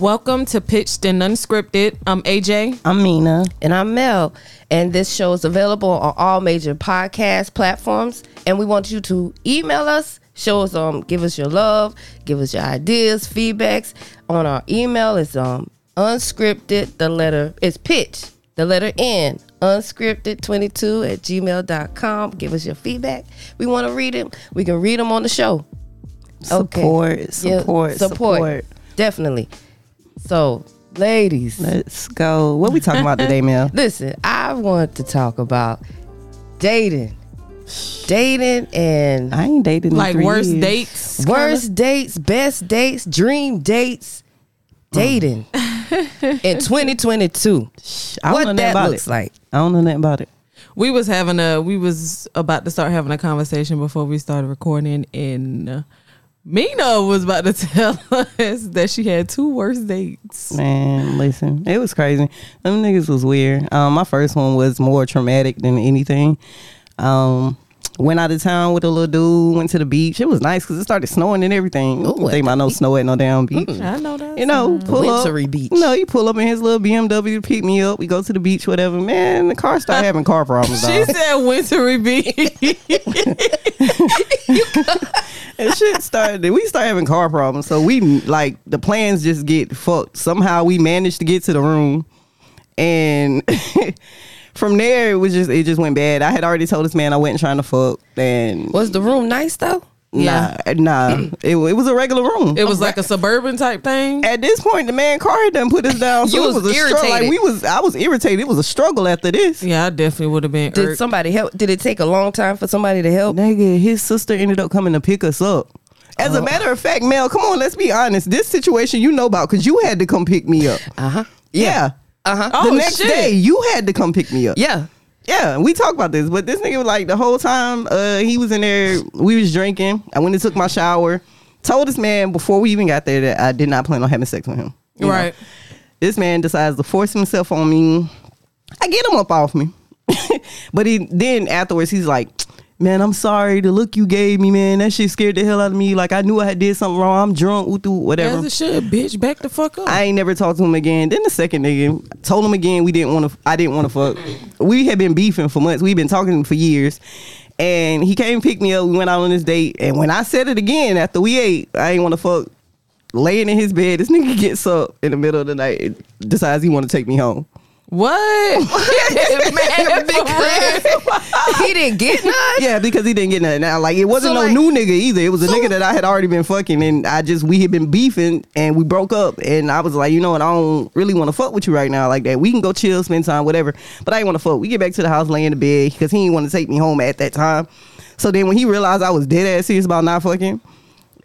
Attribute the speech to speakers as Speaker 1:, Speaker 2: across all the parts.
Speaker 1: Welcome to Pitched and Unscripted. I'm AJ.
Speaker 2: I'm Mina.
Speaker 3: And I'm Mel. And this show is available on all major podcast platforms. And we want you to email us, show us, um, give us your love, give us your ideas, feedbacks. On our email, it's um unscripted, the letter, it's pitch, the letter N, unscripted22 at gmail.com. Give us your feedback. We want to read them. We can read them on the show. Okay.
Speaker 2: Support,
Speaker 3: Yeah,
Speaker 2: support, support,
Speaker 3: Definitely. So, ladies.
Speaker 2: Let's go. What we talking about today, Mel?
Speaker 3: Listen, I want to talk about dating, dating, and
Speaker 2: I ain't dated in
Speaker 1: Like
Speaker 2: three
Speaker 1: worst
Speaker 2: years.
Speaker 1: dates.
Speaker 3: worst dates, best dates, dream dates, dating
Speaker 2: Mm.
Speaker 3: in 2022.
Speaker 2: I don't know
Speaker 3: What
Speaker 2: nothing
Speaker 3: that
Speaker 2: about
Speaker 3: looks
Speaker 2: it.
Speaker 3: like.
Speaker 2: I don't know nothing about it.
Speaker 1: We was having a we was about to start having a conversation before we started recording and uh, Mina was about to tell us that she had two worst dates.
Speaker 2: Man, listen, it was crazy. Them niggas was weird. Um, my first one was more traumatic than anything. Um, went out of town with a little dude. Went to the beach. It was nice because it started snowing and everything.
Speaker 3: Ooh,
Speaker 2: they
Speaker 3: at
Speaker 2: might no snow at no damn beach.
Speaker 1: I know that.
Speaker 2: Mm. You know, pull
Speaker 3: wintry
Speaker 2: up.
Speaker 3: beach.
Speaker 2: No, you pull up in his little BMW to pick me up. We go to the beach, whatever. Man, the car start having car problems.
Speaker 1: she
Speaker 2: dog.
Speaker 1: said wintry beach.
Speaker 2: and shit started. We start having car problems, so we like the plans just get fucked. Somehow we managed to get to the room, and from there it was just it just went bad. I had already told this man I wasn't trying to fuck, and
Speaker 3: Was the room nice though?
Speaker 2: nah,
Speaker 1: Yeah.
Speaker 2: nah, it, wa- it was a regular room.
Speaker 1: it was like a suburban type thing.
Speaker 2: at this point, the man car had done put us down, so
Speaker 3: You
Speaker 2: it was,
Speaker 3: was
Speaker 2: a struggle. Like
Speaker 3: irritated.
Speaker 2: we was, I was irritated. It was a struggle after this.
Speaker 1: Yeah, I definitely would have been.
Speaker 3: Did
Speaker 2: Er,
Speaker 1: irked.
Speaker 3: somebody help? Did it take a long time for somebody to help?
Speaker 2: Nigga, his sister ended up coming to pick us up. As a matter of fact, Mel, come on, let's be honest. This situation you know about because you had to come pick me up.
Speaker 3: Uh huh.
Speaker 2: Yeah.
Speaker 3: Uh huh.
Speaker 1: Oh,
Speaker 2: the next
Speaker 1: shit.
Speaker 2: day, you had to come pick me up.
Speaker 3: Yeah.
Speaker 2: Yeah, we talked about this, but this nigga was like the whole time uh, he was in there, we was drinking. I went and took my shower. Told this man before we even got there that I did not plan on having sex with him. you know.
Speaker 1: right.
Speaker 2: This man decides to force himself on me. I get him up off me, but he then afterwards he's like, "Man, I'm sorry. The look you gave me, man, that shit scared the hell out of me. Like I knew I had did something wrong. I'm drunk, ooh, whatever."
Speaker 1: As it should, bitch. Back the fuck up.
Speaker 2: I ain't never talked to him again. Then the second nigga told him again we didn't want to. I didn't want to fuck. We had been beefing for months. We've been talking for years, and he came and picked me up. We went out on this date, and when I said it again after we ate, I ain't want to fuck. Laying in his bed, this nigga gets up in the middle of the night, and decides he want to take me home.
Speaker 1: what? Man, for real.
Speaker 3: he didn't get none.
Speaker 2: Yeah, because he didn't get nothing. Now, like it wasn't
Speaker 3: So,
Speaker 2: no
Speaker 3: like-
Speaker 2: new nigga either. It was a
Speaker 3: So-
Speaker 2: nigga that I had already been fucking, and I just we had been beefing, and we broke up, and I was like, you know what, I don't really want to fuck with you right now like that. We can go chill, spend time, whatever, but I ain't want to fuck. We get back to the house, lay in the bed because he didn't want to take me home at that time. So then when he realized I was dead ass serious about not fucking.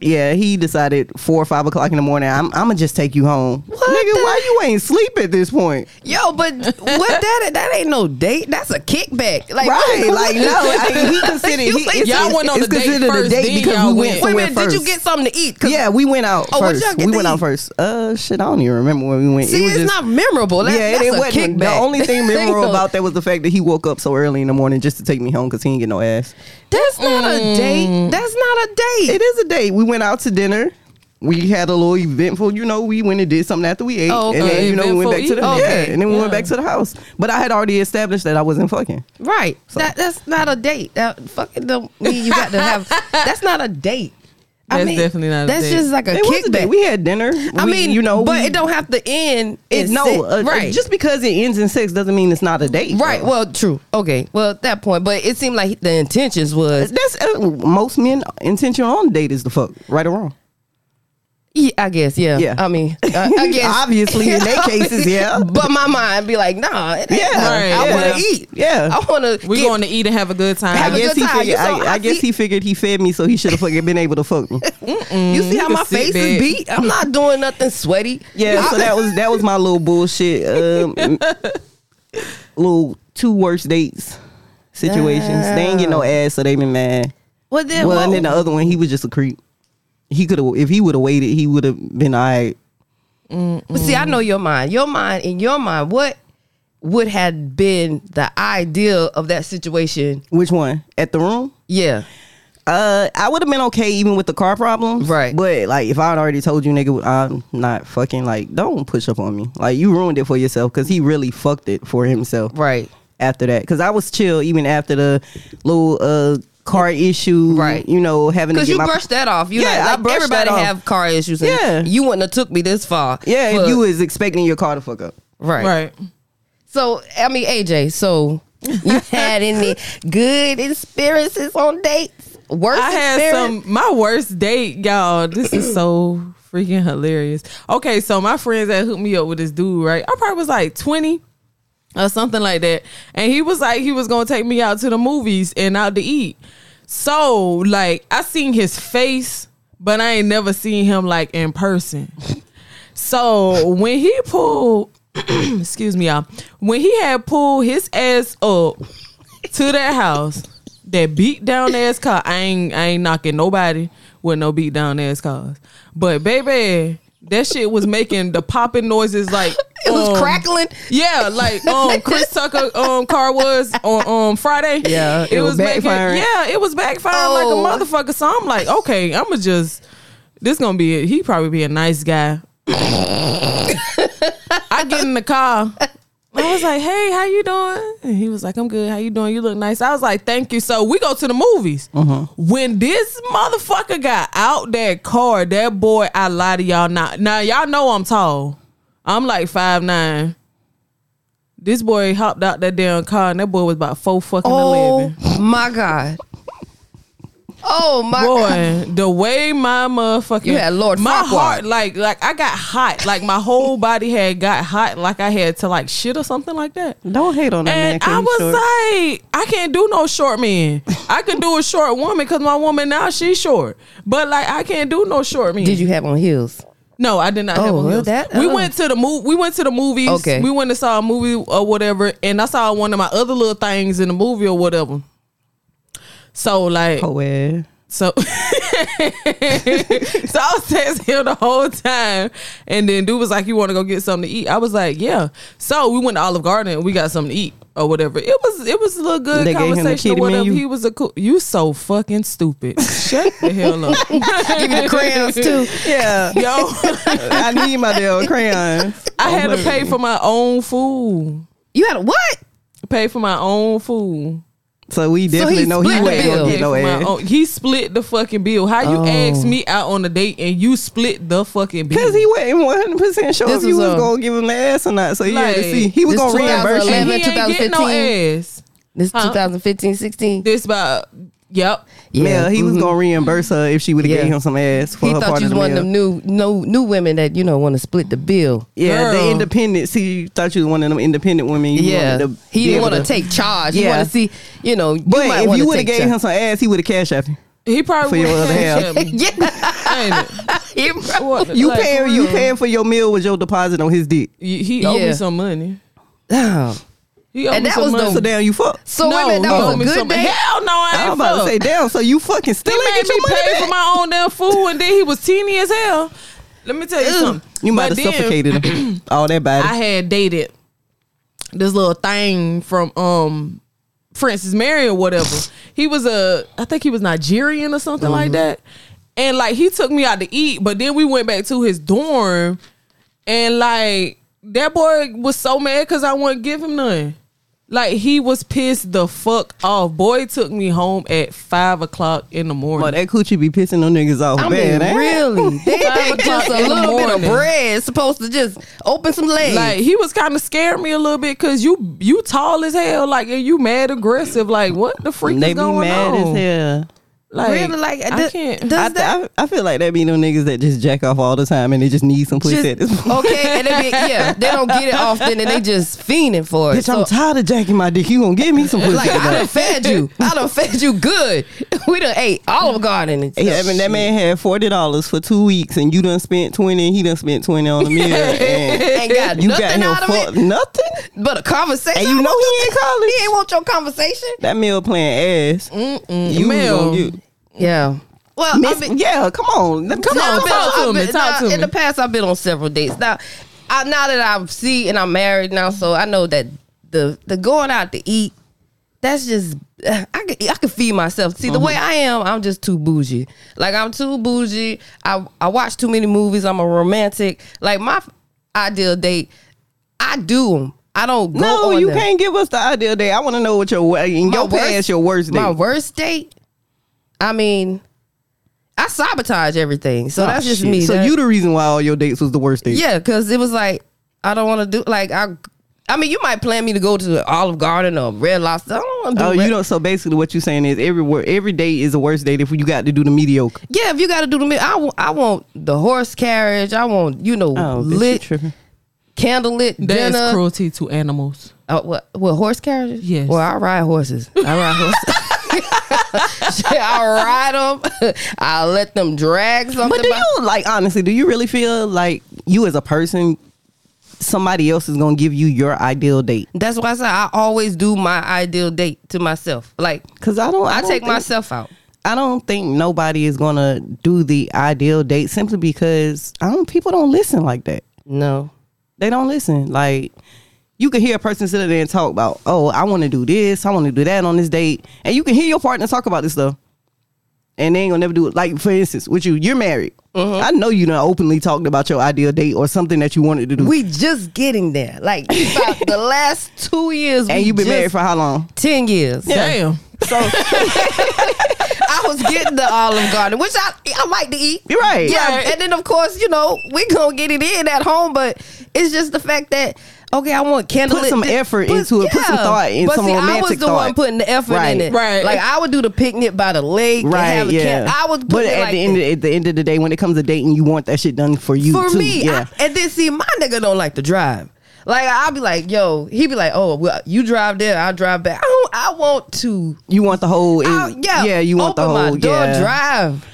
Speaker 2: Yeah, he decided four or five o'clock in the morning. I'm, I'm gonna just take you home, nigga.
Speaker 3: the-
Speaker 2: Why you ain't sleep at this point?
Speaker 3: Yo, but what that? That ain't no date. That's a kickback. Like
Speaker 2: Right,
Speaker 3: what-
Speaker 2: like no, I mean, he considered
Speaker 3: You
Speaker 2: he,
Speaker 3: think-
Speaker 2: it's-
Speaker 1: Y'all went on
Speaker 2: it's
Speaker 1: the date
Speaker 2: considered a
Speaker 1: first,
Speaker 2: date
Speaker 1: then
Speaker 2: because
Speaker 1: y'all
Speaker 2: we
Speaker 1: went. Wait
Speaker 2: went
Speaker 3: Wait a
Speaker 2: somewhere
Speaker 3: minute,
Speaker 2: first.
Speaker 3: did you get something to eat? 'Cause
Speaker 2: Yeah, we went out.
Speaker 3: Oh, what
Speaker 2: first.
Speaker 3: y'all get
Speaker 2: We
Speaker 3: to
Speaker 2: went out
Speaker 3: eat?
Speaker 2: first. Uh, shit, I don't even remember where we went.
Speaker 3: See,
Speaker 2: it was
Speaker 3: it's
Speaker 2: just,
Speaker 3: not memorable. That,
Speaker 2: yeah,
Speaker 3: that's
Speaker 2: it, it
Speaker 3: a
Speaker 2: wasn't.
Speaker 3: kickback.
Speaker 2: The only thing memorable
Speaker 3: Damn.
Speaker 2: about that was the fact that he woke up so early in the morning just to take me home because he didn't get no ass.
Speaker 3: that's not a date. That's not a date.
Speaker 2: Mm. It is a date. We went out to dinner. We had a little eventful, you know. We went and did something after we ate,
Speaker 3: Oh,
Speaker 2: and
Speaker 1: okay.
Speaker 2: then you know we went back to the
Speaker 1: Eventful
Speaker 2: yeah,
Speaker 1: evening.
Speaker 2: and then we went
Speaker 1: Yeah.
Speaker 2: back to the house. But I had already established that I wasn't fucking.
Speaker 3: right. That that's not a date. That fucking don't mean you got to have. that's not a date. I
Speaker 1: That's
Speaker 3: mean,
Speaker 1: definitely not a
Speaker 3: That's
Speaker 1: date.
Speaker 3: just like a
Speaker 2: It was a date.
Speaker 3: kickback.
Speaker 2: We had dinner.
Speaker 3: I
Speaker 2: We-
Speaker 3: mean,
Speaker 2: you know,
Speaker 3: but
Speaker 2: we-
Speaker 3: it don't have to end.
Speaker 2: It,
Speaker 3: in
Speaker 2: no,
Speaker 3: sex.
Speaker 2: uh,
Speaker 3: right.
Speaker 2: Just uh, because it ends in sex doesn't mean it's not a date.
Speaker 3: right.
Speaker 2: though.
Speaker 3: Well, true. Okay. Well, at that point, but it seemed like the intentions was.
Speaker 2: that's uh, most men intention on date is the fuck, right or wrong.
Speaker 3: Yeah, I guess. Yeah.
Speaker 2: Yeah.
Speaker 3: I mean, I, I guess.
Speaker 2: Obviously, in their cases, yeah.
Speaker 3: But my mind be like, nah. It ain't
Speaker 2: Yeah,
Speaker 3: right, I
Speaker 2: yeah.
Speaker 3: want to eat.
Speaker 2: Yeah.
Speaker 3: I want to.
Speaker 1: We going to eat and have a good time.
Speaker 3: oh, Have
Speaker 2: I
Speaker 3: a
Speaker 2: guess
Speaker 3: good
Speaker 2: he
Speaker 3: time.
Speaker 2: figured.
Speaker 3: You saw
Speaker 2: I, I
Speaker 3: I
Speaker 2: guess
Speaker 3: see-
Speaker 2: he figured he fed me, so he should have fucking been able to fuck me.
Speaker 3: You
Speaker 2: mm,
Speaker 3: see how
Speaker 1: can
Speaker 3: my
Speaker 1: sit
Speaker 3: face
Speaker 1: back.
Speaker 3: is beat? I'm not doing nothing sweaty.
Speaker 2: Yeah, so that was that was my little bullshit, um, little two worst dates situations. They ain't get no ass, so they been mad.
Speaker 3: Well, then,
Speaker 2: well, and
Speaker 3: what-
Speaker 2: then the other one, he was just a creep. He could have, if he would have waited, he would have been all right.
Speaker 3: but see, I know your mind. Your mind, in your mind, what would have been the ideal of that situation.
Speaker 2: Which one? At the room?
Speaker 3: Yeah.
Speaker 2: Uh, I would have been okay even with the car problems,
Speaker 3: Right.
Speaker 2: But like, if I had already told you, nigga, I'm not fucking. Like, don't push up on me. Like, you ruined it for yourself because he really fucked it for himself.
Speaker 3: Right.
Speaker 2: After that, because I was chill even after the little uh car issue,
Speaker 3: Right.
Speaker 2: You know, having to
Speaker 3: Because
Speaker 2: get
Speaker 3: you
Speaker 2: my
Speaker 3: brushed that off. You
Speaker 2: Yeah,
Speaker 3: yeah,
Speaker 2: I
Speaker 3: like,
Speaker 2: brushed
Speaker 3: everybody
Speaker 2: that off.
Speaker 3: have car issues. And
Speaker 2: Yeah.
Speaker 3: You wouldn't have took me this far.
Speaker 2: yeah.
Speaker 3: But-
Speaker 2: If you was expecting your car to fuck up,
Speaker 3: right.
Speaker 1: Right.
Speaker 3: So I mean, AJ. So you had any good experiences on dates? Worst
Speaker 1: I had
Speaker 3: experience?
Speaker 1: some my worst date, y'all. This is so freaking hilarious. Okay, so my friends that hooked me up with this dude, right? I probably was like 20 or something like that. And he was like he was going to take me out to the movies and out to eat. So, like I seen his face, but I ain't never seen him like in person. So, when he pulled excuse me, y'all. When he had pulled his ass up to that house, that beat down ass car. I ain't I ain't knocking nobody with no beat down ass cars. But baby, that shit was making the popping noises like
Speaker 3: It was
Speaker 1: um,
Speaker 3: crackling.
Speaker 1: Yeah, like um Chris Tucker um car was on um Friday.
Speaker 2: Yeah, it was backfiring.
Speaker 1: Yeah, it was backfiring
Speaker 3: Oh.
Speaker 1: like a motherfucker. So I'm like, okay, I'ma just this gonna be it. He probably be a nice guy. I get in the car. I was like, "Hey, how you doing?" And he was like, "I'm good. How you doing? You look nice." I was like, "Thank you." So we go to the movies.
Speaker 3: Uh-huh.
Speaker 1: When this motherfucker got out that car, that boy, I lie to y'all. Now, now y'all know I'm tall. I'm like five nine. This boy hopped out that damn car, and that boy was about four fucking
Speaker 3: Oh
Speaker 1: eleven.
Speaker 3: my god. Oh my god.
Speaker 1: Boy, the way my motherfucking
Speaker 3: You had Lord
Speaker 1: my
Speaker 3: Farquaad.
Speaker 1: heart like like I got hot, like my whole body had got hot, like I had to like shit or something like that.
Speaker 2: don't hate on that man.
Speaker 1: And
Speaker 2: 'cause
Speaker 1: I
Speaker 2: he
Speaker 1: was
Speaker 2: short.
Speaker 1: like, I can't do no short man. I can do a short woman because my woman now she's short. But like I can't do no short man.
Speaker 3: Did you have on heels?
Speaker 1: No, I did not
Speaker 3: Oh,
Speaker 1: have a
Speaker 3: well,
Speaker 1: heels.
Speaker 3: that-
Speaker 1: we
Speaker 3: oh.
Speaker 1: went to the move. We went to the movies.
Speaker 3: Okay.
Speaker 1: We went and saw a movie or whatever, and I saw one of my other little things in the movie or whatever. So like,
Speaker 2: oh well.
Speaker 1: so, so I was texting him the whole time, and then dude was like, "You want to go get something to eat?" I was like, "Yeah." So we went to Olive Garden and we got something to eat or whatever. It was it was a little good
Speaker 2: They gave him the
Speaker 1: conversation
Speaker 2: kitty
Speaker 1: or whatever.
Speaker 2: menu?
Speaker 1: He was a cool. You so fucking stupid. Shut the hell up,
Speaker 3: Give you the crayons too.
Speaker 2: Yeah,
Speaker 1: yo.
Speaker 2: I need my damn crayons.
Speaker 1: I had to pay for my own food.
Speaker 3: You had a what?
Speaker 1: Pay for my own food.
Speaker 2: So we definitely know
Speaker 3: split
Speaker 2: he
Speaker 3: the
Speaker 2: wasn't
Speaker 3: bill.
Speaker 2: gonna
Speaker 1: Pay
Speaker 2: get Oh. no
Speaker 1: for my
Speaker 2: ass.
Speaker 1: own- he split the fucking bill. How you asked me out on a date and you split the fucking bill?
Speaker 2: Because he wasn't one hundred percent sure
Speaker 1: This
Speaker 2: if you
Speaker 1: was
Speaker 2: was
Speaker 1: a-
Speaker 2: gonna give him the ass or not. So he had to
Speaker 1: Like,
Speaker 2: see. He was
Speaker 3: this
Speaker 2: gonna reimburse you.
Speaker 1: And
Speaker 3: 2011
Speaker 1: he ain't getting no
Speaker 3: 2015.
Speaker 1: ass.
Speaker 3: This
Speaker 1: Huh?
Speaker 3: 2015, 16.
Speaker 1: This about yep.
Speaker 2: Yeah, he was gonna reimburse her if she would have
Speaker 3: Mm-hmm. Yeah.
Speaker 2: gave him some ass for
Speaker 3: He
Speaker 2: her
Speaker 3: thought
Speaker 2: part
Speaker 3: you
Speaker 2: of
Speaker 3: was
Speaker 2: the
Speaker 3: one of
Speaker 2: meal.
Speaker 3: them new, no, new women that you know want to split the bill.
Speaker 2: yeah,
Speaker 1: Girl.
Speaker 2: the independent. See, you thought you was one of them independent women. You
Speaker 3: Yeah,
Speaker 2: wanted to
Speaker 3: he
Speaker 2: be
Speaker 3: didn't
Speaker 2: able
Speaker 3: want to take charge. He
Speaker 2: Yeah.
Speaker 3: want to see, you know.
Speaker 2: But
Speaker 3: might
Speaker 2: if
Speaker 3: wanna
Speaker 2: you would have
Speaker 3: take
Speaker 2: gave
Speaker 3: charge.
Speaker 2: him some ass, he would have cashed after.
Speaker 1: He
Speaker 2: For
Speaker 1: probably
Speaker 2: your
Speaker 1: would
Speaker 2: other half.
Speaker 1: have me.
Speaker 3: yeah,
Speaker 1: Ain't it?
Speaker 3: he probably-
Speaker 1: What the-
Speaker 2: You
Speaker 1: like, for
Speaker 2: paying you
Speaker 1: real.
Speaker 3: mm-hmm.
Speaker 2: paying for your meal with your deposit on his dick.
Speaker 1: He, he owed
Speaker 3: Yeah.
Speaker 1: me some money.
Speaker 3: Oh.
Speaker 1: He owed
Speaker 3: And
Speaker 1: me
Speaker 3: that
Speaker 1: some
Speaker 3: was the-
Speaker 1: money.
Speaker 2: So damn, you fuck.
Speaker 3: So
Speaker 1: no,
Speaker 3: wait a minute,
Speaker 1: he
Speaker 3: that
Speaker 1: owed
Speaker 3: was a
Speaker 1: me
Speaker 3: good
Speaker 1: some money.
Speaker 3: date.
Speaker 1: Hell no, I ain't
Speaker 2: I'm about
Speaker 1: fuck.
Speaker 2: to say damn. So you fucking still
Speaker 1: He
Speaker 2: ain't
Speaker 1: made
Speaker 2: get
Speaker 1: me
Speaker 2: your money
Speaker 1: pay
Speaker 2: back.
Speaker 1: for my own damn food, and then he was teeny as hell. Let me tell you
Speaker 3: Ugh.
Speaker 1: something.
Speaker 2: You might
Speaker 1: But
Speaker 2: have
Speaker 1: then
Speaker 2: suffocated him. All that body.
Speaker 1: I had dated this little thing from um Francis Mary or whatever. he was a, I think he was Nigerian or something like that. And like he took me out to eat, but then we went back to his dorm, and like that boy was so mad because I wouldn't give him none. Like he was pissed the fuck off. Boy took me home at five o'clock in the morning.
Speaker 2: Oh, that coochie be pissing them niggas off
Speaker 3: I mean,
Speaker 2: bad, eh?
Speaker 3: really? They
Speaker 1: Five
Speaker 3: think just
Speaker 1: o'clock
Speaker 3: a
Speaker 1: in the
Speaker 3: little bit of
Speaker 1: morning.
Speaker 3: bread is supposed to just open some legs.
Speaker 1: Like he was kind of scared me a little bit because you you tall as hell, like and you mad aggressive. Like what the freak
Speaker 2: They
Speaker 1: is
Speaker 2: be
Speaker 1: going
Speaker 2: mad
Speaker 1: on?
Speaker 2: as hell.
Speaker 1: Like,
Speaker 3: Really, like,
Speaker 1: I
Speaker 3: th-
Speaker 1: can't.
Speaker 3: th-
Speaker 2: I,
Speaker 3: Does that-
Speaker 2: I, I feel like that be them niggas that just jack off all the time and they just need some pussy
Speaker 3: Just-
Speaker 2: at this point.
Speaker 3: okay, and they be, yeah, they don't get it often, and they just fiending for it.
Speaker 2: Bitch, I'm tired of jacking my dick. You gonna give me some pussy?
Speaker 3: oh, like I
Speaker 2: today.
Speaker 3: done fed you, I done fed you good. We done ate Olive Garden and
Speaker 2: Yeah, I mean, that man had forty dollars for two weeks, and you done spent twenty. He done spent twenty on the meal, and
Speaker 3: ain't got
Speaker 2: you got
Speaker 3: nothing
Speaker 2: him
Speaker 3: out of
Speaker 2: fuck
Speaker 3: it
Speaker 2: nothing.
Speaker 3: but a conversation.
Speaker 2: And you know he ain't
Speaker 3: he
Speaker 2: college.
Speaker 3: ain't want your conversation.
Speaker 2: That meal playing ass. You
Speaker 1: Mel.
Speaker 2: gonna get-
Speaker 3: Yeah. Well,
Speaker 2: Miss-
Speaker 3: Uh, I mean,
Speaker 2: yeah, come on, come
Speaker 1: Come
Speaker 3: Now,
Speaker 1: on,
Speaker 2: on.
Speaker 3: I've been-
Speaker 1: talk to
Speaker 3: I've
Speaker 1: me,
Speaker 3: been-
Speaker 1: talk
Speaker 3: now,
Speaker 1: to
Speaker 3: In the
Speaker 1: me.
Speaker 3: past, I've been on several dates. Now, I, now that I'm see and I'm married now, so I know that the the going out to eat, that's just I could I could feed myself. See the
Speaker 2: Mm-hmm.
Speaker 3: way I am, I'm just too bougie. Like I'm too bougie. I I watch too many movies. I'm a romantic. Like my ideal date, I do 'em. I don't go.
Speaker 2: No,
Speaker 3: on
Speaker 2: you
Speaker 3: them.
Speaker 2: can't give us the ideal day. I want to know what your wa- in
Speaker 3: My
Speaker 2: your past your worst day.
Speaker 3: My worst date. I mean, I sabotage everything. So
Speaker 2: Oh,
Speaker 3: that's just
Speaker 2: shit.
Speaker 3: me.
Speaker 2: So
Speaker 3: That-
Speaker 2: you the reason why all your dates was the worst date.
Speaker 3: Yeah, because it was like I don't want to do like I. I mean, you might plan me to go to Olive Garden or Red Lobster. I don't want to do.
Speaker 2: Oh,
Speaker 3: Red-
Speaker 2: you know. So basically, what you're saying is every wor- every date is the worst date if you got to do the mediocre.
Speaker 3: Yeah, if you got to do the meal, I, wa- I want the horse carriage. I want you know
Speaker 2: Oh, bitch, you
Speaker 3: lit
Speaker 2: tripping.
Speaker 3: candlelit
Speaker 1: That is
Speaker 3: dinner.
Speaker 1: cruelty to animals.
Speaker 3: Uh, what, what horse carriages?
Speaker 1: Yes.
Speaker 3: Well, I ride horses. I ride horses. Shit, I ride them. I let them drag something.
Speaker 2: But do
Speaker 3: by-
Speaker 2: you like honestly? Do you really feel like you as a person, somebody else is gonna give you your ideal date?
Speaker 3: That's why I said I always do my ideal date to myself. Like
Speaker 2: Because I don't. I,
Speaker 3: I
Speaker 2: don't
Speaker 3: take
Speaker 2: think-
Speaker 3: myself out.
Speaker 2: I don't think nobody is gonna do the ideal date simply because I don't. People don't listen like that.
Speaker 3: No.
Speaker 2: They don't listen. Like you can hear a person sit there and talk about, oh, I want to do this, I want to do that on this date, and you can hear your partner talk about this stuff, and they ain't gonna never do it. Like for instance, with you, you're married.
Speaker 3: Mm-hmm.
Speaker 2: I know you done openly talked about your ideal date or something that you wanted to do,
Speaker 3: We just getting there. Like about the last two years,
Speaker 2: and
Speaker 3: we
Speaker 2: you've been
Speaker 3: just-
Speaker 2: married for how long?
Speaker 3: ten years.
Speaker 1: Damn.
Speaker 3: I was getting the Olive Garden, which I I like to eat.
Speaker 2: You're right.
Speaker 3: Yeah,
Speaker 1: Right.
Speaker 3: and then of course you know we gonna get it in at home, but it's just the fact that okay, I want candlelit.
Speaker 2: some
Speaker 3: di-
Speaker 2: effort into it, put some thought in,
Speaker 3: But
Speaker 2: some
Speaker 3: see, I was
Speaker 2: romantic
Speaker 3: the one
Speaker 2: thought.
Speaker 3: putting the effort
Speaker 2: Right.
Speaker 3: in it.
Speaker 1: Right.
Speaker 3: Like I would do the picnic by the lake.
Speaker 2: Right.
Speaker 3: And have a
Speaker 2: yeah.
Speaker 3: can- I would. Put
Speaker 2: But
Speaker 3: it
Speaker 2: at
Speaker 3: like
Speaker 2: the end, at the end of the day, when it comes to dating, you want that shit done for you.
Speaker 3: for
Speaker 2: too.
Speaker 3: me.
Speaker 2: yeah.
Speaker 3: I, and then see, my nigga don't like to drive. Like I'll be like, yo, he be like, oh, well, you drive there, I drive back. I don't. I want to.
Speaker 2: you want the whole.
Speaker 3: I, yeah,
Speaker 2: yeah. You want
Speaker 3: open
Speaker 2: the whole.
Speaker 3: my door,
Speaker 2: yeah.
Speaker 3: drive.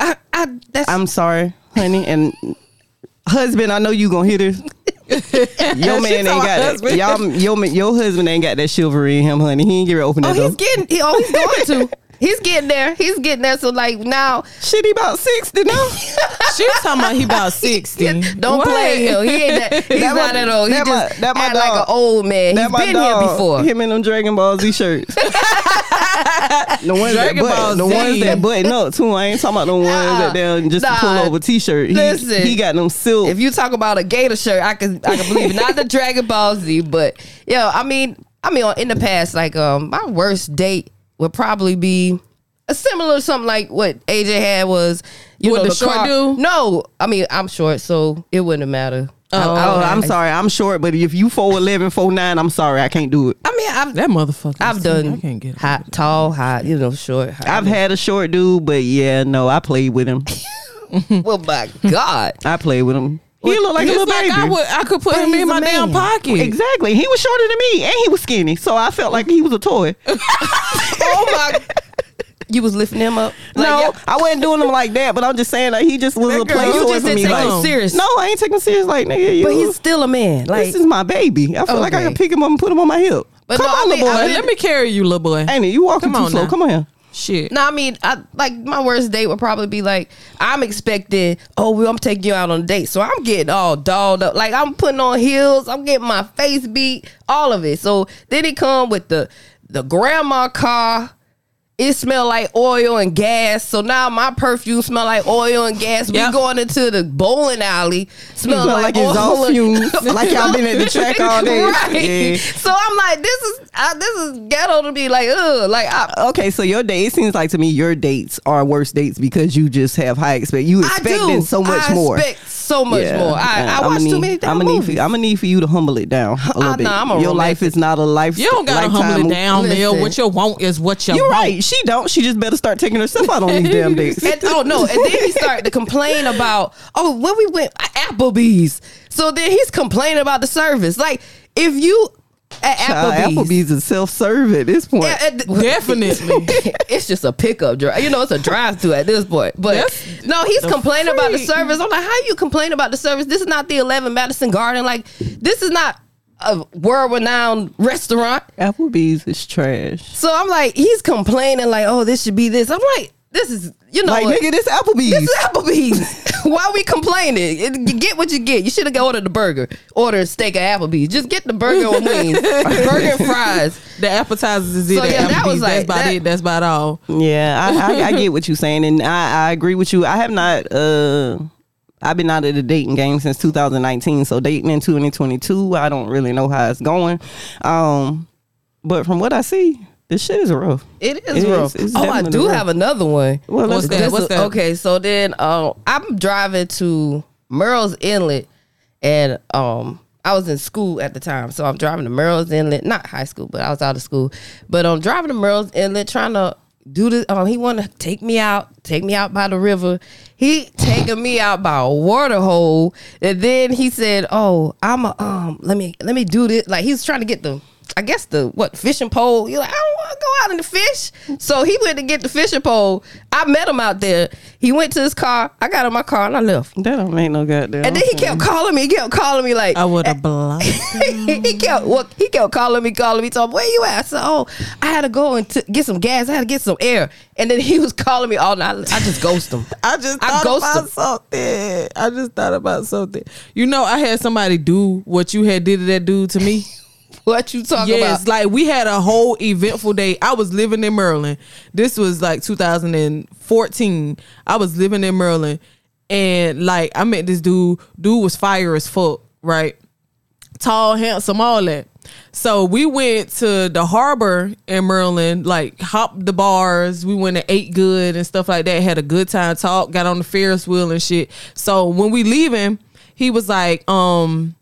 Speaker 3: I, I, that's
Speaker 2: I'm sorry, honey, and husband. I know you gonna hit this. Your man
Speaker 1: talking
Speaker 2: ain't
Speaker 1: about
Speaker 2: got it.
Speaker 1: husband.
Speaker 2: Y'all, your man- your husband ain't got that chivalry in him, honey. He ain't get to open
Speaker 3: Oh,
Speaker 2: that door.
Speaker 3: he's getting. He, oh, he's going to. He's getting there. He's getting there. So like now,
Speaker 2: Shit, he about sixty now.
Speaker 1: She was talking about he about 60.
Speaker 3: don't
Speaker 1: What?
Speaker 3: play him. He ain't that. He's
Speaker 2: That
Speaker 3: not
Speaker 2: my-
Speaker 3: at all. He
Speaker 2: that my-
Speaker 3: just
Speaker 2: that my
Speaker 3: act like an
Speaker 2: dog.
Speaker 3: old man. He's
Speaker 2: That my
Speaker 3: been
Speaker 2: dog.
Speaker 3: here before.
Speaker 2: Him in them Dragon Ball Z shirts. the ones
Speaker 1: Dragon
Speaker 2: that button,
Speaker 1: Ball
Speaker 2: the
Speaker 1: Z.
Speaker 2: ones that button up too. I ain't talking about the ones that they'll just
Speaker 3: Nah.
Speaker 2: pull over T-shirt. He,
Speaker 3: Listen.
Speaker 2: he got them silk.
Speaker 3: If you talk about a gator shirt, I can I can believe it. Not the Dragon Ball Z, but yo, I mean, I mean, in the past, like um, my worst date would probably be a similar something like what AJ had was you
Speaker 1: With
Speaker 3: know
Speaker 1: the
Speaker 3: the
Speaker 1: short
Speaker 3: car-
Speaker 1: dude?
Speaker 3: No, I mean I'm short, so it wouldn't matter. I-
Speaker 2: oh,
Speaker 3: I don't have-
Speaker 2: I'm sorry, I'm short, but if you 4'11", 4'9", I'm sorry, I can't do it.
Speaker 3: I mean, I've
Speaker 1: That motherfucker.
Speaker 3: I've done hot, tall, hot, you know, short. Hot.
Speaker 2: I've had a short dude, but yeah, no, I played with him. Hmm.
Speaker 3: well, Oh my God,
Speaker 2: I played with him. He looked like a
Speaker 1: It's
Speaker 2: little
Speaker 1: like
Speaker 2: baby.
Speaker 1: I, would, I could put
Speaker 3: But
Speaker 1: him in
Speaker 3: he's a
Speaker 1: my damn
Speaker 3: man.
Speaker 1: pocket.
Speaker 2: Exactly. He was shorter than me, and he was skinny, so I felt like he was a toy.
Speaker 3: oh my! You was lifting him up? Like,
Speaker 2: no,
Speaker 3: yeah.
Speaker 2: I wasn't doing him like that, but I'm just saying that he just was
Speaker 3: That
Speaker 2: a
Speaker 3: girl,
Speaker 2: play
Speaker 3: you
Speaker 2: toy
Speaker 3: just
Speaker 2: for
Speaker 3: didn't
Speaker 2: me.
Speaker 3: take
Speaker 2: like,
Speaker 3: him serious.
Speaker 2: No, I ain't taking serious. Like nigga, you.
Speaker 3: but he's still a man. Like
Speaker 2: this is my baby. I feel like I
Speaker 3: Okay.
Speaker 2: can pick him up and put him on my hip.
Speaker 3: But
Speaker 2: Come
Speaker 3: no, I
Speaker 2: on,
Speaker 3: mean-
Speaker 2: little boy.
Speaker 3: I
Speaker 1: But
Speaker 3: mean-
Speaker 1: let me carry you, little boy.
Speaker 2: Ain't it? You walking
Speaker 1: Come
Speaker 2: too
Speaker 1: on
Speaker 2: slow.
Speaker 1: now.
Speaker 2: Come on here.
Speaker 1: Shit.
Speaker 3: No, I mean, I like my worst date would probably be like I'm expecting. Oh, well, I'm taking you out on a date, so I'm getting all dolled up. Like I'm putting on heels, I'm getting my face beat, all of it. So then he come with the the grandma car. It smell like oil and gas. So now my perfume smell like oil and gas. We
Speaker 1: Yep.
Speaker 3: going into the bowling alley. Smell,
Speaker 2: Smell like
Speaker 3: like,
Speaker 2: exhaust
Speaker 3: oil and-
Speaker 2: fumes. Like y'all been at the track all day.
Speaker 3: Right.
Speaker 2: Yeah.
Speaker 3: So I'm like, this is I, this is ghetto to me. Like, ugh. Like I,
Speaker 2: Okay, so your date. It seems like to me your dates are worse dates because you just have high expect. You expecting so much
Speaker 3: I
Speaker 2: more.
Speaker 3: expect so much
Speaker 2: Yeah.
Speaker 3: more. I,
Speaker 2: Uh,
Speaker 3: I,
Speaker 2: I'ma
Speaker 3: watch
Speaker 2: need,
Speaker 3: too many damn
Speaker 2: I'm gonna need for
Speaker 3: movies.
Speaker 2: you. I'm gonna need for you to humble it down a little
Speaker 3: Uh,
Speaker 2: bit.
Speaker 3: nah, I'm a
Speaker 2: Your life
Speaker 3: romantic.
Speaker 2: is not a life.
Speaker 1: You don't gotta humble it
Speaker 2: lifetime-
Speaker 1: down, Mel.
Speaker 3: Listen.
Speaker 1: What you want is what you
Speaker 2: You're
Speaker 1: want.
Speaker 2: right. She don't. She just better start taking herself out on these damn dates.
Speaker 3: and oh no, and then he started to complain about oh when we went Applebee's. So then he's complaining about the service. Like if you at
Speaker 2: Child,
Speaker 3: Applebee's,
Speaker 2: Applebee's is self serve at this point.
Speaker 3: Yeah, and-
Speaker 1: Definitely.
Speaker 3: it's just a pickup drive. You know, it's a drive through at this point. But
Speaker 1: That's
Speaker 3: no, he's complaining about the
Speaker 1: freak.
Speaker 3: service. I'm like, how you complain about the service? This is not the 11 Madison Garden. Like, this is not a world renowned restaurant.
Speaker 2: Applebee's is trash.
Speaker 3: So I'm like, he's complaining, like, oh, this should be this. I'm like, this is you know
Speaker 2: Like,
Speaker 3: what?
Speaker 2: nigga, this Applebee's.
Speaker 3: This is Applebee's. Why we complaining? It- you get what you get. You should have ordered the burger. Order a steak at Applebee's. Just get the burger and wings, burger and fries.
Speaker 1: The appetizers is it.
Speaker 3: So,
Speaker 1: at
Speaker 3: yeah, that
Speaker 1: Applebee's.
Speaker 3: was like
Speaker 1: that's about
Speaker 3: that-
Speaker 1: it. That's about all.
Speaker 2: Yeah, I, I, I get what you're saying, and I, I agree with you. I have not. uh I've been out of the dating game since 2019, so dating in 2022, I don't really know how it's going. Um, but from what I see, this shit is rough.
Speaker 3: It is
Speaker 2: It
Speaker 3: rough.
Speaker 2: is- it's
Speaker 3: oh, I
Speaker 2: definitely
Speaker 3: do
Speaker 2: rough.
Speaker 3: have another one.
Speaker 2: Well,
Speaker 1: What's
Speaker 2: let's go.
Speaker 1: that?
Speaker 3: This is- Okay, so then uh, I'm driving to Merle's Inlet, and um, I was in school at the time, so I'm driving to Merle's Inlet, not high school, but I was out of school. But I'm driving to Merle's Inlet, trying to do this. Um, he want to take me out, take me out by the river. He taking me out by a water hole, and then he said, "Oh, I'm a, um, let me let me do this." Like he's trying to get the. I guess the what fishing pole. You're like, I don't want to go out and fish. So he went to get the fishing pole. I met him out there. He went to his car. I got in my car and I left.
Speaker 2: That don't make no goddamn.
Speaker 3: And then he kept calling me. He kept calling me like
Speaker 1: I would have blocked.
Speaker 3: he kept well, he kept calling me, calling me, talking. Where you at? I said, oh, I had to go and t- get some gas. I had to get some air. And then he was calling me all night. I just ghost him.
Speaker 1: I just
Speaker 3: I
Speaker 1: thought
Speaker 3: ghosted.
Speaker 1: about something. I just thought about something. You know, I had somebody do what you had did to that dude to me.
Speaker 3: what you talking
Speaker 1: yes,
Speaker 3: about?
Speaker 1: like we had a whole eventful day. I was living in Maryland. This was like 2014. I was living in Maryland, and like I met this dude. Dude was fire as fuck, right? Tall, handsome, all that. So we went to the harbor in Maryland, like hopped the bars. We went and ate good and stuff like that. Had a good time, talk, got on the Ferris wheel and shit. So when we leaving, he was like, um,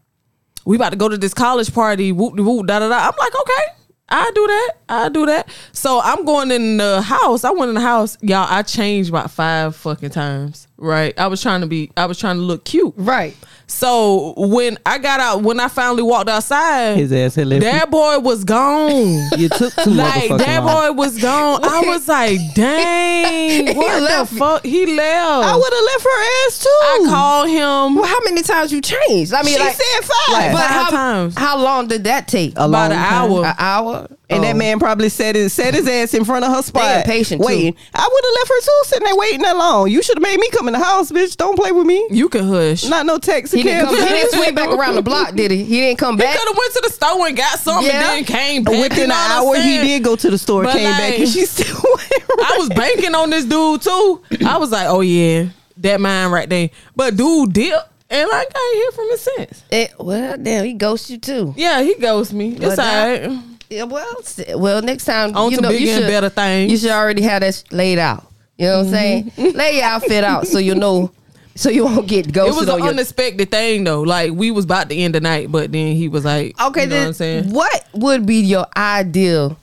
Speaker 1: we about to go to this college party, whoop de whoop, da da da. I'm like, okay, I do that, I do that. So I'm going in the house. I went in the house, y'all. I changed about five fucking times. Right, I was trying to be, I was trying to look cute.
Speaker 3: Right.
Speaker 1: So when I got out, when I finally walked outside,
Speaker 2: his ass had left.
Speaker 1: that boy was gone.
Speaker 2: you took too
Speaker 1: Like
Speaker 2: motherfucking
Speaker 1: that
Speaker 2: long.
Speaker 1: boy was gone. I was like, dang, what
Speaker 3: left.
Speaker 1: the fuck? He left.
Speaker 2: I
Speaker 1: I,
Speaker 2: would have left her ass too.
Speaker 1: called him.
Speaker 3: Oh. Well, how many times you changed? I mean,
Speaker 2: She
Speaker 3: like,
Speaker 2: said five.
Speaker 3: like, but
Speaker 1: Five
Speaker 3: how,
Speaker 1: times.
Speaker 3: How long did that take?
Speaker 2: A
Speaker 1: About
Speaker 2: long
Speaker 1: an
Speaker 2: time.
Speaker 1: hour.
Speaker 3: An hour.
Speaker 2: And that
Speaker 3: Oh.
Speaker 2: man probably set his set his ass in front of her spot.
Speaker 3: impatient, too.
Speaker 2: waiting. I would have left her too, sitting there waiting that long. You should have made me come in the house, bitch. Don't play with me.
Speaker 1: You can hush.
Speaker 2: Not no taxi
Speaker 3: He didn't,
Speaker 2: cab.
Speaker 3: come, he didn't swing back around the block, did he? He didn't come back.
Speaker 1: could have went to the store and got something
Speaker 3: Yeah.
Speaker 1: and then came back. you
Speaker 2: Within an
Speaker 1: know what
Speaker 2: hour,
Speaker 1: I'm
Speaker 2: he
Speaker 1: saying?
Speaker 2: did go to the store,
Speaker 1: But
Speaker 2: came back,
Speaker 1: like-
Speaker 2: and she still went.
Speaker 1: I was banking on this dude too. I was like, oh yeah, that mine right there. But dude dipped and like I ain't hear from him since.
Speaker 3: Eh, well, damn, he ghosts you too.
Speaker 1: Yeah, he ghosts me. It's
Speaker 3: But that-
Speaker 1: alright.
Speaker 3: Yeah, well, s- well, next time
Speaker 1: On
Speaker 3: you
Speaker 1: to
Speaker 3: know you
Speaker 1: bigger and
Speaker 3: should
Speaker 1: better things. Mm-hmm.
Speaker 3: You should already have that sh- laid out. You know what I'm saying? Lay your outfit out so you know, so you won't get
Speaker 1: It
Speaker 3: ghosted.
Speaker 1: was
Speaker 3: on
Speaker 1: an
Speaker 3: your-
Speaker 1: unexpected thing though. Like we was about to end the night, but then he was like,
Speaker 3: okay.
Speaker 1: you know
Speaker 3: then
Speaker 1: what I'm saying?
Speaker 3: what would be your ideal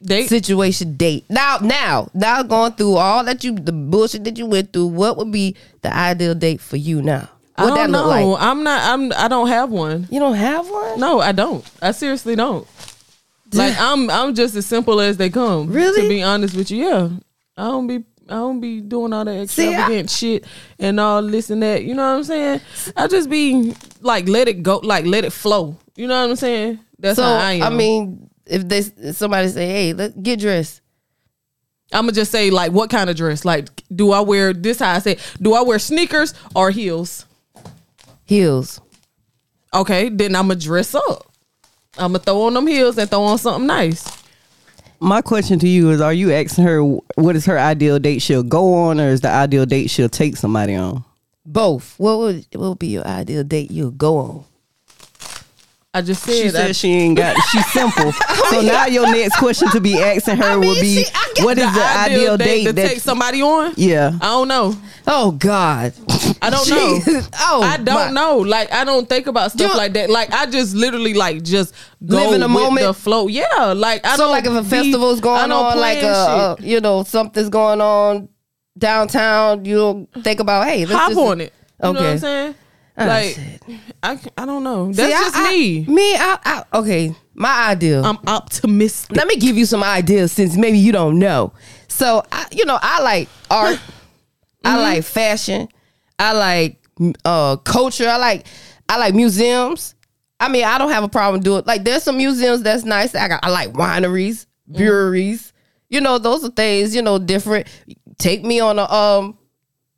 Speaker 1: They,
Speaker 3: situation date? Now, now, now, going through all that you the bullshit that you went through, what would be the ideal date for you now?
Speaker 1: I
Speaker 3: What
Speaker 1: don't
Speaker 3: that
Speaker 1: know.
Speaker 3: look like?
Speaker 1: I'm not. I'm. I don't have one.
Speaker 3: You don't have one.
Speaker 1: No, I don't. I seriously don't. Like I'm. I'm just as simple as they come.
Speaker 3: Really?
Speaker 1: To be honest with you, yeah. I don't be. I don't be doing all that
Speaker 3: See, I-
Speaker 1: extravagant shit and all this and that. You know what I'm saying? I just be like, let it go. Like let it flow. You know what I'm saying? That's
Speaker 3: so
Speaker 1: how I am.
Speaker 3: I mean, if they if somebody say, "Hey, let get dressed,"
Speaker 1: I'm gonna just say like, what kind of dress? Like, do I wear this? How I say, do I wear sneakers or heels?
Speaker 3: heels.
Speaker 1: Okay, then I'm gonna dress up. I'm gonna throw on them heels and throw on something nice.
Speaker 2: My question to you is: Are you asking her what is her ideal date she'll go on, or is the ideal date she'll take somebody on?
Speaker 3: Both. What would what would be your ideal date you'll go on?
Speaker 1: I just said,
Speaker 2: She
Speaker 1: I-
Speaker 2: said she ain't got. She's simple. so now your next question to be asking her
Speaker 3: I
Speaker 2: would
Speaker 3: mean,
Speaker 2: be:
Speaker 3: she- I get
Speaker 2: What is the, ideal, date,
Speaker 1: to
Speaker 2: that?
Speaker 1: take somebody on?
Speaker 2: yeah.
Speaker 1: I don't know.
Speaker 3: Oh God.
Speaker 1: I don't know.
Speaker 3: Jesus. Oh,
Speaker 1: I don't
Speaker 3: my-
Speaker 1: know. Like I don't think about stuff
Speaker 3: You-
Speaker 1: like that. Like I just literally like just go
Speaker 3: Live in the
Speaker 1: with
Speaker 3: moment?
Speaker 1: the flow. Yeah. Like I
Speaker 3: so
Speaker 1: don't
Speaker 3: like if a
Speaker 1: be-
Speaker 3: festival's
Speaker 1: I
Speaker 3: going
Speaker 1: don't
Speaker 3: on, like
Speaker 1: plan
Speaker 3: a, uh
Speaker 1: shit.
Speaker 3: you know something's going on downtown, you'll think about hey, let's
Speaker 1: hop
Speaker 3: just,
Speaker 1: on it. You know what
Speaker 3: Okay.
Speaker 1: I'm saying?
Speaker 3: Oh,
Speaker 1: like
Speaker 3: shit.
Speaker 1: I I don't know.
Speaker 3: See,
Speaker 1: That's
Speaker 3: I-
Speaker 1: just
Speaker 3: I-
Speaker 1: me.
Speaker 3: Me, I, I okay. My ideal.
Speaker 1: I'm optimistic.
Speaker 3: Let me give you some ideas since maybe you don't know. So, I, you know, I like art. I like fashion. I like mm, uh, culture. I like I like museums. I mean, I don't have a problem doing like there's some museums that's nice. I got, I like wineries, breweries. you know, those are things, you know, different. Take me on a um,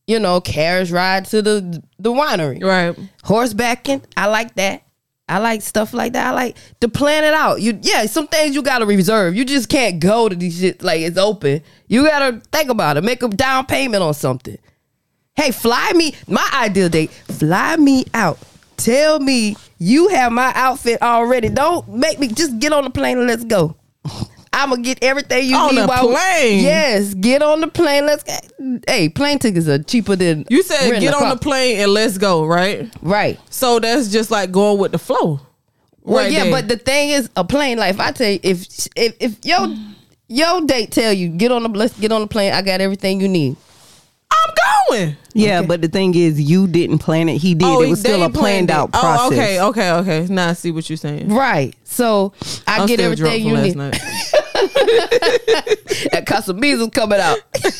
Speaker 3: you know, carriage ride to the the winery.
Speaker 1: Right.
Speaker 3: Horsebacking, I like that. I like stuff like that. I like to plan it out. You yeah, some things you gotta reserve. You just can't go to these shit like it's open. You gotta think about it. Make a down payment on something. Hey, fly me my ideal date. Fly me out. Tell me you have my outfit already. Don't make me just get on the plane and let's go. I'm gonna get everything you
Speaker 1: On
Speaker 3: need.
Speaker 1: the
Speaker 3: while we-
Speaker 1: plane?
Speaker 3: yes, get on the plane. Let's. Hey, plane tickets are cheaper than
Speaker 1: You said
Speaker 3: renting
Speaker 1: get
Speaker 3: a
Speaker 1: on
Speaker 3: car.
Speaker 1: the plane and let's go, right?
Speaker 3: Right.
Speaker 1: So that's just like going with the flow.
Speaker 3: Well,
Speaker 1: right
Speaker 3: yeah,
Speaker 1: there.
Speaker 3: but the thing is, a plane. Like, if I tell you, if if if your your date tell you get on the let's get on the plane, I got everything you need.
Speaker 1: I'm going.
Speaker 2: Yeah,
Speaker 3: Okay.
Speaker 2: but the thing is, you didn't plan it. He did. it was
Speaker 1: Oh, they
Speaker 2: still a planned
Speaker 1: it.
Speaker 2: out process.
Speaker 1: Oh, okay, okay, okay. Now I see what you're saying.
Speaker 3: Right. So I
Speaker 1: I'm
Speaker 3: get
Speaker 1: still
Speaker 3: everything you
Speaker 1: drunk
Speaker 3: need.
Speaker 1: from last night.
Speaker 3: That Casamigos coming out.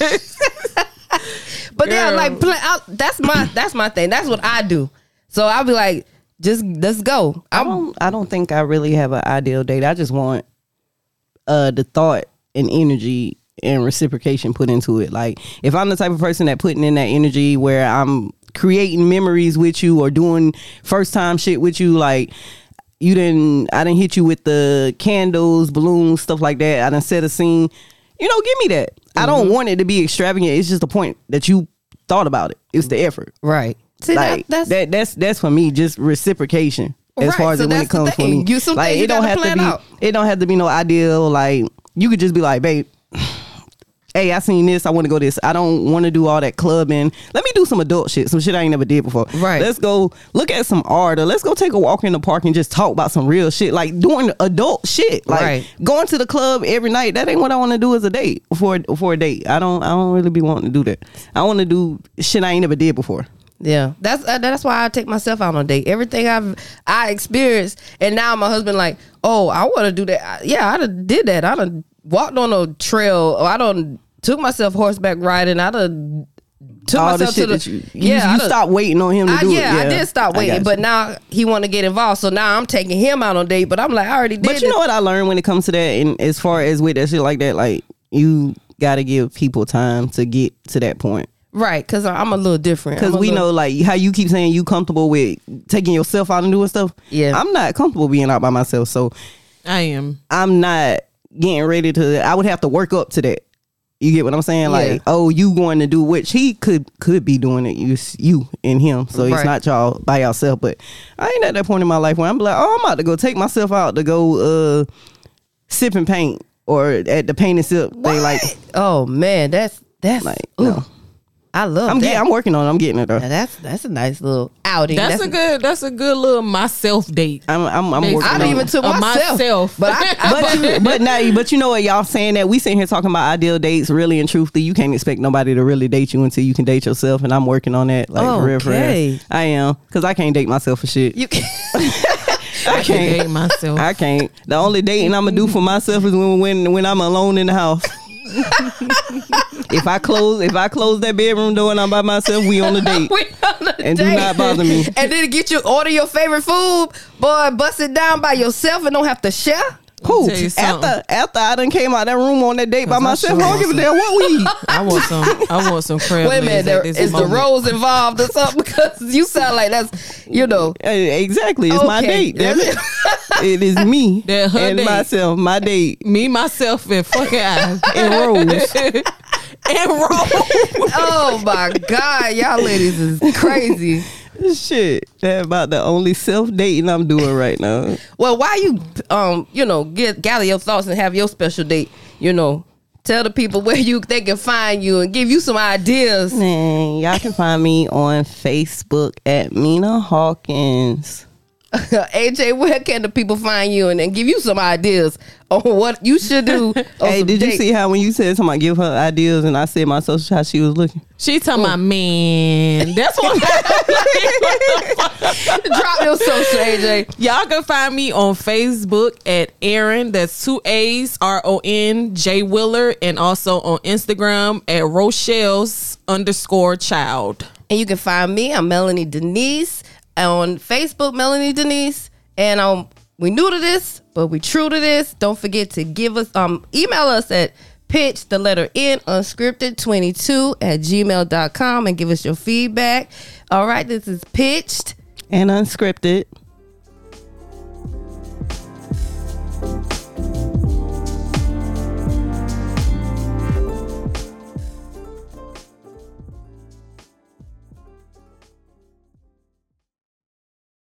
Speaker 3: but yeah,
Speaker 1: Girl.
Speaker 3: like pla I, that's my that's my thing. That's what I do. So I'll be like, just let's go.
Speaker 2: I
Speaker 3: I'm
Speaker 2: don't. I don't think I really have an ideal date. I just want uh the thought and energy and reciprocation put into it. Like if I'm the type of person that putting in that energy where I'm creating memories with you or doing first time shit with you, like. You didn't. I didn't hit you with the candles, balloons, stuff like that. I didn't set a scene. You know, give me that. I don't want it to be extravagant. It's just the point that you thought about it. It's the effort
Speaker 3: right. See, that-
Speaker 2: like
Speaker 3: that's
Speaker 2: that, that's that's for me just reciprocation as
Speaker 3: Right,
Speaker 2: far as
Speaker 3: so
Speaker 2: it, when it
Speaker 3: that's the
Speaker 2: comes for me.
Speaker 3: thing. You- some
Speaker 2: like
Speaker 3: things you
Speaker 2: it don't
Speaker 3: gotta
Speaker 2: have to
Speaker 3: plan
Speaker 2: be
Speaker 3: out.
Speaker 2: it don't have to be no ideal. Like you could just be like, babe. Hey, I seen this. I want to go this. I don't want to do all that clubbing. Let me do some adult shit, some shit I ain't never did before.
Speaker 3: Right.
Speaker 2: Let's go look at some art, or let's go take a walk in the park and just talk about some real shit, like doing adult shit. Like
Speaker 3: Right.
Speaker 2: going to the club every night. That ain't what I want to do as a date for for a date. I don't I don't really be wanting to do that. I want to do shit I ain't never did before.
Speaker 3: Yeah, that's uh, that's why I take myself out on a date. Everything I've I experienced, and now my husband like, oh, I want to do that. I- yeah, I done did that. I done walked on a trail. Or I done took myself horseback riding. I done took
Speaker 2: all the
Speaker 3: myself
Speaker 2: shit
Speaker 3: to the
Speaker 2: that you,
Speaker 3: yeah.
Speaker 2: yeah, you,
Speaker 3: I
Speaker 2: you
Speaker 3: done-
Speaker 2: stopped waiting on him to
Speaker 3: I,
Speaker 2: do
Speaker 3: yeah,
Speaker 2: it.
Speaker 3: I did stop
Speaker 2: I got
Speaker 3: waiting,
Speaker 2: you.
Speaker 3: but now he want to get involved. So now I'm taking him out on a date, but I'm like, I already did.
Speaker 2: but you
Speaker 3: it.
Speaker 2: know what I learned when it comes to that, and as far as with that shit like that, like you got to give people time to get to that point.
Speaker 3: right? Because I'm a little different.
Speaker 2: Cause
Speaker 3: I'm a
Speaker 2: we
Speaker 3: little-
Speaker 2: know like how you keep saying you comfortable with taking yourself out and doing stuff.
Speaker 3: Yeah.
Speaker 2: I'm not comfortable being out by myself, so
Speaker 1: I am.
Speaker 2: I'm not getting ready to. I would have to work up to that. You get what I'm saying? Like,
Speaker 3: Yeah.
Speaker 2: oh, you going to do which he could could be doing it. You s- you and him, so
Speaker 3: Right.
Speaker 2: it's not y'all by yourself. But I ain't at that point in my life where I'm like, oh, I'm about to go take myself out to go uh sip and paint or at the paint and sip. They like
Speaker 3: Oh man, that's that's
Speaker 2: like
Speaker 3: ooh,
Speaker 2: no.
Speaker 3: I love.
Speaker 2: I'm
Speaker 3: that.
Speaker 2: getting. I'm working on. it. I'm getting it. Though.
Speaker 3: Now that's that's a nice little outing.
Speaker 1: That's, a good. That's a good little myself date.
Speaker 2: I'm I'm, I'm working.
Speaker 3: I
Speaker 2: on
Speaker 3: done
Speaker 2: it.
Speaker 3: even took
Speaker 1: Uh, myself.
Speaker 3: myself, but I, I
Speaker 2: but you, but now, but you know what y'all saying that we sitting here talking about ideal dates. Really and truthfully, you can't expect nobody to really date you until you can date yourself. And I'm working on that, like for real, for
Speaker 3: Okay.
Speaker 2: real. I am because I can't date myself for shit.
Speaker 3: you
Speaker 2: I
Speaker 1: I
Speaker 2: can't.
Speaker 1: hate myself.
Speaker 2: I can't. The only dating I'm gonna do for myself is when when when I'm alone in the house. if I close if I close that bedroom door and I'm by myself, we on a date.
Speaker 3: we on a
Speaker 2: And do
Speaker 3: date.
Speaker 2: not bother me.
Speaker 3: And then get you order your favorite food, boy, bust it down by yourself and don't have to share.
Speaker 2: Who?
Speaker 1: tell you something.
Speaker 2: After after I done came out that room on that date by
Speaker 1: 'Cause I
Speaker 2: myself,
Speaker 1: sure
Speaker 2: I don't give a
Speaker 1: wasn't.
Speaker 2: damn what we eat.
Speaker 1: I want some. I want some crab.
Speaker 3: Wait a minute,
Speaker 1: legs
Speaker 3: there,
Speaker 1: at this
Speaker 3: is the
Speaker 1: moment.
Speaker 3: rose involved or something? Because you sound like that's you know.
Speaker 2: Uh, Exactly. It's my
Speaker 3: Okay.
Speaker 2: date. That's it. it is me
Speaker 1: That her
Speaker 2: and
Speaker 1: date.
Speaker 2: myself, my date.
Speaker 1: Me, myself, and fucking I.
Speaker 2: And Rose.
Speaker 1: and roll.
Speaker 3: Oh my god, y'all ladies is crazy.
Speaker 2: Shit. That about the only self dating I'm doing right now.
Speaker 3: Well, why you um you know get gather your thoughts and have your special date? You know, tell the people where you they can find you and give you some ideas.
Speaker 2: Man, y'all can find me on Facebook at Mina Hawkins.
Speaker 3: AJ, where can the people find you and, and give you some ideas on what you should do? on
Speaker 2: hey,
Speaker 3: some
Speaker 2: did
Speaker 3: dates?
Speaker 2: you see how when you said somebody give her ideas and I said my social how she was looking?
Speaker 1: She talking about man. That's what.
Speaker 3: Drop your social, AJ.
Speaker 1: Y'all can find me on Facebook at Aaron. That's two A's R O N J Willer, and also on Instagram at Rochelle's underscore child.
Speaker 3: And you can find me. I'm Melanie Denise on Facebook, Melanie Denise. And um, we new to this, but we true to this. Don't forget to give us um email us at pitch the letter N unscripted22 at gmail.com and give us your feedback. All right, this is pitched.
Speaker 2: and unscripted.